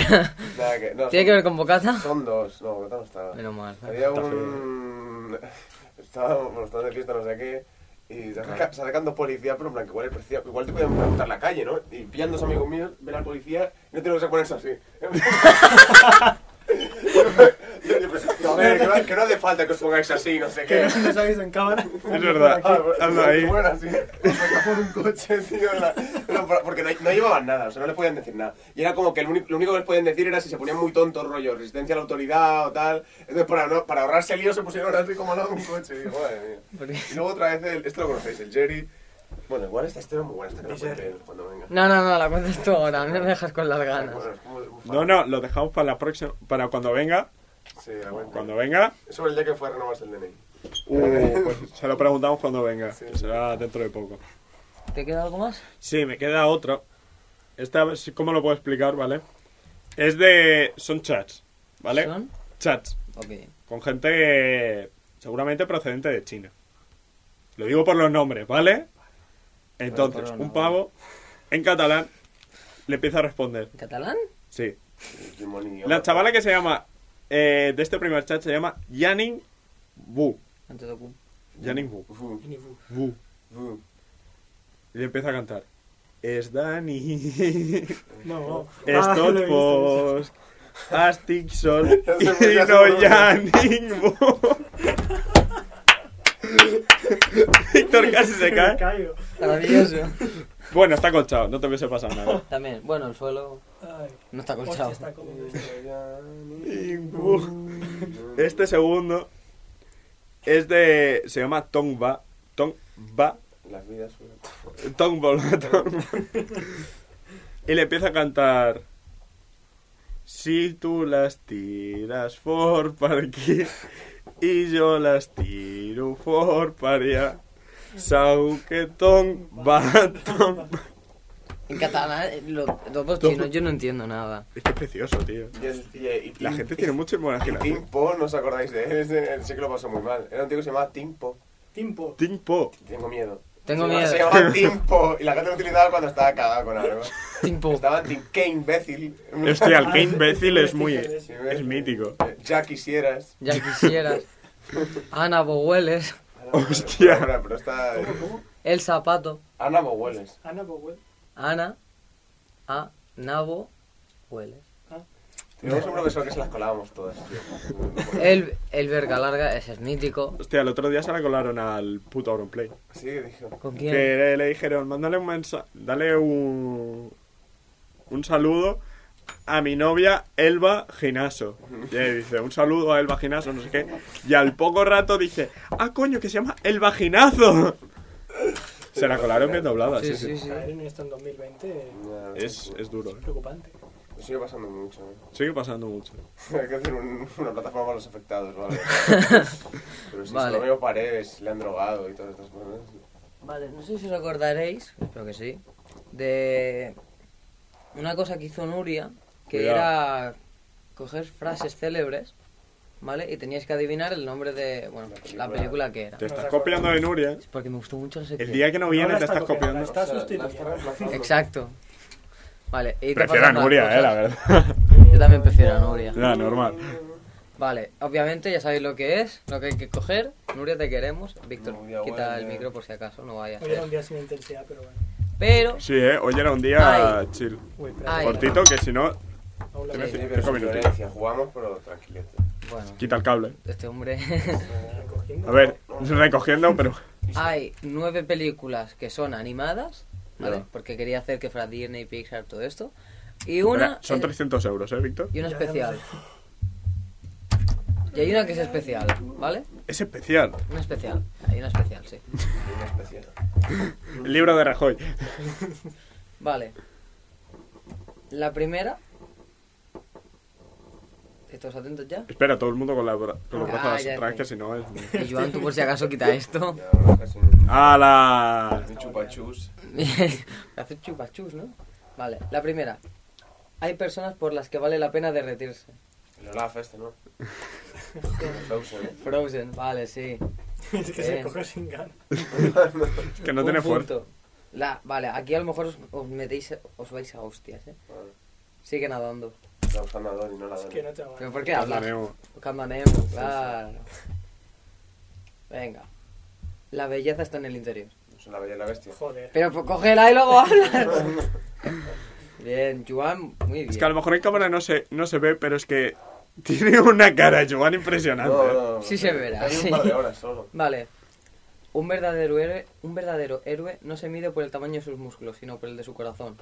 Nada que, no,
¿Tiene
son-
que ver con bocata?
Son dos, no, Bogotá no estaba.
Menos mal. ¿eh?
Había
Está feo.
un... (laughs) Estábamos bueno, estábamos de fiesta, no sé qué, y se acerca- se acercan dos policías, pero en plan, que igual el policía, igual te pueden preguntar la calle, ¿no? Y pillan dos amigos míos, ven al policía, y no tenemos que
(laughs)
ponerse así. (laughs) Yo digo, "Pero, a ver, que no, que no hace falta que os pongáis así, no sé qué.
¿Qué sabéis en cámara?
Es verdad.
Ah, pero-
Hazlo ahí.
Bueno, así. por un coche, tío. en la- no, por- porque no, no llevaban nada, o sea, no les podían decir nada. Y era como que el único- lo único que les podían decir era si se ponían muy tontos, rollo, resistencia a la autoridad o tal. Entonces, para, no- para ahorrarse lío, se pusieron así como al lado de un coche. Y, digo, madre mía.
Porque-
Y luego otra vez, el, esto lo conocéis, el Jerry. Bueno, igual esta historia es muy buena, esta que la cuente él cuando venga.
No, no, no, la cuentas tú ahora. A mí no me dejas con las ganas.
Bueno, es como- es muy fácil.
No, no, lo dejamos para la próxima, para cuando venga.
Sí, la cuento.
Cuando venga,
Es sobre el día que fue a renovarse el DNI.
pues se lo preguntamos cuando venga. que Será dentro de poco.
¿Te queda algo más?
Sí, me queda otro. Esta, a ver si- ¿cómo lo puedo explicar, vale? Es de... son chats, ¿vale?
¿Son?
Chats,
Ok.
con gente seguramente procedente de China. Lo digo por los nombres, ¿vale?
Pero
Entonces,
por los
un pavo, en catalán, le empieza a responder.
¿En catalán?
Sí.
Demonio.
La chavala que se llama, eh, de este primer chat, se llama Yanin Bu.
Antes de Q.
Yanin Bu.
Fu,
Ni fu.
Bu.
fu.
Y empieza a cantar.
(laughs)
Es Dani.
No. Ah, lo he
Estos
visto, lo he visto.
Fox, Astigson y
(laughs) Ya se me- ya se
no
me-
ya ningún. (laughs) Víctor casi se
(laughs) Me
cae.
caigo.
Maravilloso.
(laughs)
Bueno, está colchado, no te hubiese pasado nada.
También, bueno, el suelo
Ay.
no está
Hostia,
colchado.
está cómodo.
Ningún. Este segundo es de. Se llama Tongba. Tongba.
Las vidas son-
Tongba. (laughs) Tongba. Y le empieza a cantar. Si tú las tiras for para aquí y yo las tiro for para allá. Sau que ton va ton.
En catalán, eh, lo- los dos chinos, yo no entiendo nada.
Es que es precioso, tío.
Y el- y- eh, y-
La
y-
gente tiene mucha imaginación.
Timpo, no os acordáis de él, ese- él sí que lo pasó muy mal. Era un tío que se llamaba Timpo.
Timpo.
Ting po.
Tengo miedo.
Tengo
se
miedo.
Llamaba,
(laughs)
se llamaba Timpo y la gente lo utilizaba cuando estaba cagada con algo.
Timpo.
Estaba Tim, qué imbécil.
Hostia,
(laughs)
el
Ah,
que
sí,
imbécil
sí,
es
sí,
muy. e-
sí,
Es
sí.
Eh,
mítico.
Ya quisieras.
Ya quisieras. Ana Bogueles,
Hostia.
Ahora, pero está.
¿Cómo, cómo?
El Zapato,
Ana Bogueles.
Ana Bowell.
Ana, A, Nabo, Hueles.
Tenemos un profesor que se las colábamos todas, tío.
El, el Verga Larga, ese es mítico.
Hostia, el otro día se la colaron al puto Auronplay.
Sí, dijo.
¿Con quién?
Que le, le dijeron, mándale un mensaje. Dale un. Un saludo a mi novia Elba Ginaso. Y ahí dice, un saludo a Elba Ginaso, no sé qué. Y al poco rato dice, ah, coño, que se llama Elba Ginazo. Se la colaron bien doblada, sí,
Sí,
Ah, sí.
sí, sí.
Caer en esto en 2020 eh,
Ya,
Es, es duro, ¿eh?
preocupante.
Me sigue pasando mucho. ¿eh?
Sigue pasando mucho.
(laughs) Hay que hacer un- una plataforma para los afectados,
(laughs)
¿vale? Pero si
Vale.
solo veo paredes, le han drogado y todas estas cosas.
Vale, no sé si os acordaréis, creo que sí, de una cosa que hizo Nuria, que
Cuidado.
era coger frases célebres, ¿vale? Y tenías que adivinar el nombre de, bueno, la película, que era.
Te estás copiando de Nuria. ¿eh?
Es porque me gustó mucho no sé qué.
El día que no
No
viene
la
te
está
estás copiando.
copiando, la está
O sea, la
sustituyendo.
está reemplazando.
Exacto. Vale, y te
Prefiero a
pasan más
Nuria, eh,
cosas.
la verdad. (laughs)
Yo también prefiero a Nuria.
Nada, normal.
Vale, obviamente ya sabéis lo que es, lo que hay que coger. Nuria, te queremos. Víctor,
Nuria,
quita
buena.
el micro por si acaso, no vaya a
Hoy era
ser.
un día sin intensidad, pero bueno.
Pero,
Sí, eh, hoy era un día
Ay.
chill.
Uy, pero
Ay.
Cortito, que si no,
aún la
Tienes
tengo.
Sí,
Cinco
pero sin
minutitos.
violencia. Jugamos, pero tranquilete.
bueno,
quita el cable.
este hombre... (laughs)
Recogiendo.
A ver, recogiendo, pero.
Hay nueve películas que son animadas, ¿vale?
Ya.
Porque quería hacer que fuera Disney, Pixar, todo esto. Y una...
Espera, son
es-
300 euros, ¿eh, Víctor?
Y una
Ya, ya lo
especial. Y hay una que es especial, ¿vale?
Es especial.
Una especial. Hay una especial, sí.
Una especial.
El libro de Rajoy.
Vale. La primera. ¿Estás atentos (laughs) ya?
Espera, todo el mundo con, la, bra- con los
Ah,
brazos
ya
atrás,
estoy.
que si no es.
Y Joan, tú por si acaso quita esto.
Ya, ahora casi un
Ah. ¡Hala!
un chupachus.
(laughs) Hacer chupachus, ¿no? Vale, la primera. Hay personas por las que vale la pena derretirse.
El Olaf
(laughs)
este, ¿no? Frozen, ¿eh?
Frozen, vale, sí.
(laughs) Es que se
Bien.
coge sin ganas.
(laughs)
Es que no
Un
tiene fuerza.
punto. La, vale, aquí a lo mejor os, os metéis, os vais a hostias, ¿eh?
Bueno,
Sigue nadando.
la usando a Dory, no la
Es
Dory.
que no te
¿Pero
va.
por qué
Hazla,
hablas?
Nemo.
Buscando a Nemo, claro. Venga. La belleza está en el interior.
Es una bella y la bestia.
Joder.
Pero pues, cógela y luego hablas.
(laughs)
bien, Juan, muy bien.
Es que a lo mejor en cámara no se, no se ve, pero es que tiene una cara, Joan, impresionante.
No,
¿eh?
no, no.
Sí se verá,
Hay
sí.
un par de horas solo.
Vale. Un verdadero héroe, un verdadero héroe no se mide por el tamaño de sus músculos, sino por el de su corazón.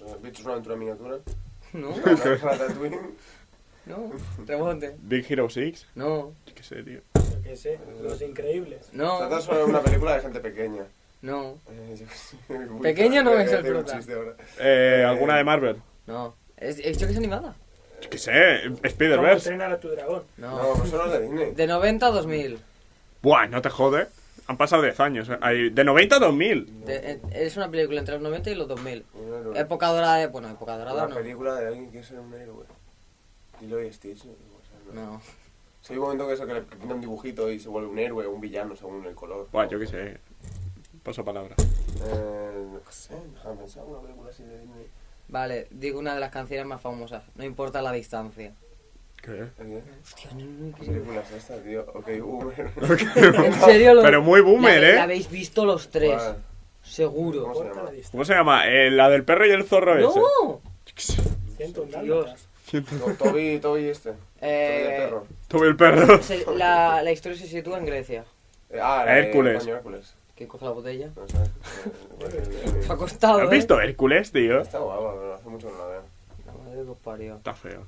Los bichos una aventura en miniatura.
(laughs)
Ah,
¿No?
Ratatouille.
¿No? Rebote.
Big Hero 6.
No.
Yo qué sé, tío.
Yo qué sé. Los increíbles.
Trata
No.
sobre una película de gente pequeña.
No.
Eh, yo qué sé. (laughs) Uy,
Pequeño no
voy a
es el
decir un
prota.
chiste ahora.
Eh, ¿Alguna de Marvel?
No. ¿Es, ¿He dicho que es animada?
Yo qué sé,
¿Cómo
Spider-Verse.
entrenar a tu dragón?
No.
No, pues son los de Disney.
De 90 a 2000.
Buah, no te jode. Han pasado 10 años. ¿eh? Hay- De 90 a 2000.
De- eh, es una película entre los 90 y los 2000.
Un héroe.
Época dorada de... Bueno, época
Una
dorada no.
película de alguien que quiere ser un héroe. Lilo y Stitch. ¿no? O sea, no.
No.
O sea, hay un momento que, eso, que le pinta un dibujito y se vuelve un héroe o un villano según el color.
Buah, yo qué sé. Paso palabra.
Eh, no sé, déjame pensar una película así de Disney.
Vale, digo una de las canciones más famosas. No importa la distancia.
¿Qué?
¿Qué
Hostia, no, no, no, no.
película es esta, tío? Ok,
(laughs)
Boomer.
En serio, lo-
Pero muy boomer,
la-
¿eh?
La habéis visto los (laughs) tres,
¿Cuál?
seguro.
¿Cómo se
Corta la
llama?
distancia.
¿Cómo se llama? Eh, la del perro y el zorro ese.
¡No!
Yo qué sé.
Siento un
Dios.
dálmatas.
To- Toby, Toby este. Toby el
Eh,
perro.
Tuve el
(laughs)
perro.
se- la, la historia se sitúa en Grecia.
Eh, ah, la de-
Hércules.
coño, Hércules.
¿Quién coge la botella?
No
(laughs)
sé, eh,
Se ha
bueno,
costado,
¿Has
¿eh?
visto Hércules, tío?
Está guapa, pero hace mucho que no la veo.
La madre que os parió.
Está feo.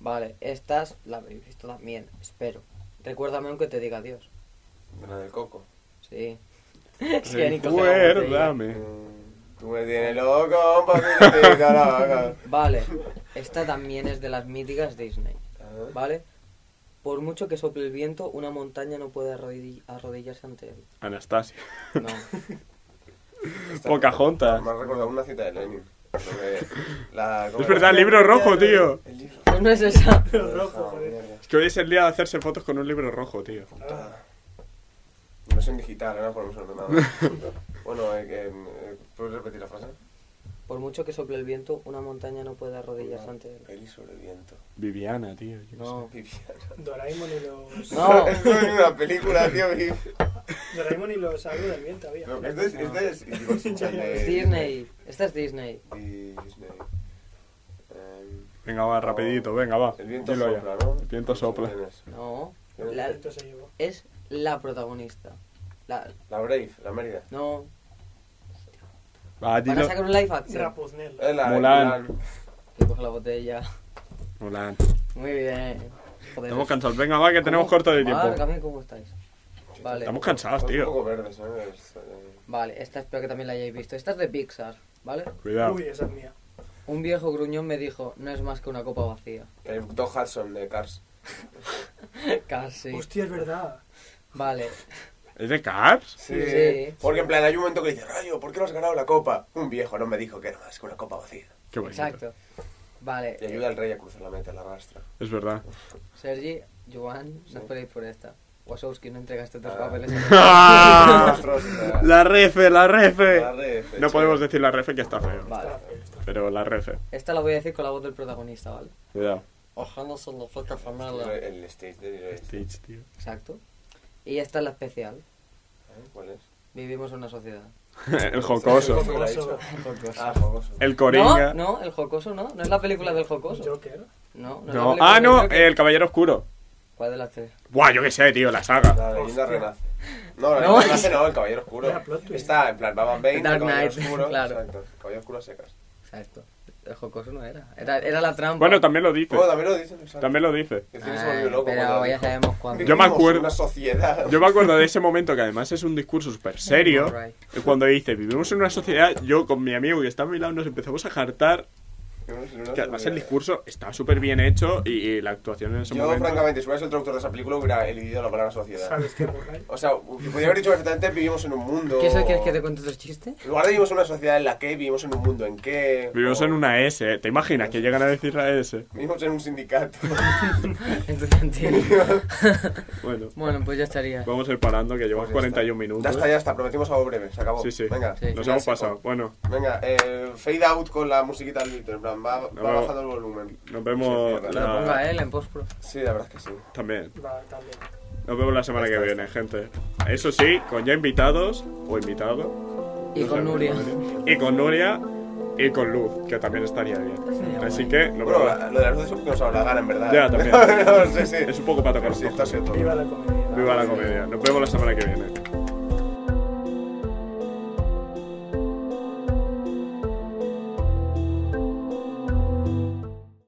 Vale, estas las habéis visto también, espero. Recuérdame aunque te diga adiós.
La del coco.
Sí. (laughs) Es que ya ni coge la botella.
Recuérdame.
Eh, Tú me tienes loco, un poquito te digo loco.
Vale, esta también es de las míticas Disney.
Ah,
¿Vale? Por mucho que sople el viento, una montaña no puede arrodill- arrodillarse ante él.
Anastasia.
No.
está-
Pocahontas.
Me ha recordado una cita de Lenin. Porque La,
(laughs)
¿cómo
Es
era?
verdad,
(laughs)
el libro rojo, tío.
El libro.
Pues no es
(laughs)
esa.
Pero rojo,
Ah,
joder.
mierda. Ah.
Es que hoy es el día de hacerse fotos con un libro rojo, tío.
No son digital, ahora por un ordenador.
(laughs)
bueno, eh, que, eh, ¿puedes repetir la frase?
Por mucho que sople el viento, una montaña no puede arrodillarse ante él.
Peli sobre viento.
Viviana, tío. yo qué
No.
(laughs) Viviana.
Doraemon y los...
No.
Esto (laughs) es una película,
(laughs)
tío. vi-
Doraemon y los algo del viento había.
Pero que Este es, este es,
(laughs)
digo, es
Es Disney. Esta es Disney.
Disney. Em,
sé. Venga, va, rapidito, venga, va.
el viento
Dilo ya.
sopla, ¿no?
El viento sopla.
No.
El
La-
viento se llevó.
es la protagonista. La,
La Brave, la Mérida.
no.
Va,
Van a
dilo.
sacar un live action.
Rapunzel.
Eh, la
Mulan.
Que coge la botella.
Mulan.
Muy bien. Joder.
Estamos cansados. Venga, va, que tenemos
¿Cómo?
corto de tiempo.
Válgame, ¿cómo estáis? Vale.
Estamos cansados,
Son Un
tío.
poco verdes, ¿eh? Es, eh,
Vale, esta espero que también la hayáis visto. Esta es de Pixar, ¿vale?
Cuidado.
Uy, esa es mía.
Un viejo gruñón me dijo, no es más que una copa vacía. (laughs)
El Don Eh, Hudson de Cars.
Casi.
Hostia, es verdad.
Vale.
¿Es de Cars?
Sí.
Sí.
Porque en plan hay un momento que dice, Rayo, ¿por qué no has ganado la copa? Un viejo no me dijo que era más que una copa vacía.
Qué bonito.
Exacto. Vale.
Y ayuda al rey a cruzar la meta, la arrastra.
Es verdad.
Sergi, Joan, no esperéis por esta. Wazowski no entrega estos dos (laughs) papeles.
¡Ah!
Ostras, ostras.
La refe, la refe.
La refe,
No
sí.
podemos decir la refe que está feo.
Vale.
Pero la refe.
Esta la voy a decir con la voz del protagonista, ¿vale?
Cuidado.
Ojalá son los focas
El, el stage de
Stitch, tío.
Exacto. Y esta es la especial.
¿eh? ¿Cuál es?
Vivimos en una (laughs) sociedad.
(laughs) El jocoso.
¿Cómo que lo ha dicho? Ah, jocoso.
El coringa.
No, no, el jocoso no. No es la película del jocoso.
Joker.
No, no. eh. es la
No.
película
Ah,
del
no,
Joker.
el caballero oscuro.
¿Cuál de las tres?
Buah, yo qué sé, tío, la saga.
La leyenda
Hostia.
renace. No, la
No,
leyenda
es-
renace no, el caballero oscuro.
Era plot twist.
Está en plan Batman Bane, el
Dark
caballero
Knight, (laughs)
oscuro.
claro.
Exacto, el caballero oscuro a secas.
Exacto. El jocoso no era. Era, era la trampa.
Bueno, también lo dice.
Bueno, también lo dicen, exacto.
También lo dice.
El cine se
Ay,
volvió
Ah,
loco.
pero
cuando
ya
dijo,
sabemos cuándo.
Yo me
"Vivimos
acuerdo-
una sociedad. (laughs)
Yo me acuerdo de ese momento que además es un discurso súper serio. y Cuando dice, vivimos en una sociedad, yo con mi amigo que está a mi lado nos empezamos a jartar.
Vivimos en una
Que además el
sociedad.
discurso está súper bien hecho y, y la actuación en ese
Yo,
momento.
francamente, si hubiera sido el traductor de esa película, hubiera elegido la palabra sociedad.
¿Sabes qué ocurre?
O sea, podría haber dicho perfectamente vivimos en un mundo.
¿Quieres, ¿Quieres que te cuente otro chiste? (laughs)
En lugar de vivimos en una sociedad en la que, vivimos en un mundo en que.
Vivimos
o-
en una S, ¿eh? ¿te imaginas que llegan a decir la S?
Vivimos en un sindicato. (laughs)
(laughs) Estudiantil.
Bueno,
bueno, pues ya estaría.
vamos a ir parando que llevamos
Pues ya
41
está.
minutos.
Ya está, ya está, prometimos algo breve, se acabó.
Sí, sí.
Venga,
Sí.
Nos
venga,
hemos
sí,
pasado. Bueno,
Venga, eh, fade out con la musiquita del Twitter, en plan, va, va
vemos.
bajando el volumen.
nos vemos
Que
Que lo
la-
ponga él en postpro.
Sí, la verdad es que sí.
también.
Va, también.
Nos vemos la semana
Ya
que
está,
viene, gente. Eso sí, con ya invitados o invitado.
Y
no sé,
con Nuria.
Y con Nuria y con Luz, que también estaría bien.
Sería
Así
guay.
que nos
Bueno,
vemos.
la- lo de las luces porque nos habla gana, en verdad.
Ya, también.
(laughs) sí, sí.
Es un poco para tocar
Sí, está siendo todo.
Viva la comedia.
Viva la comedia. Nos vemos la semana que viene.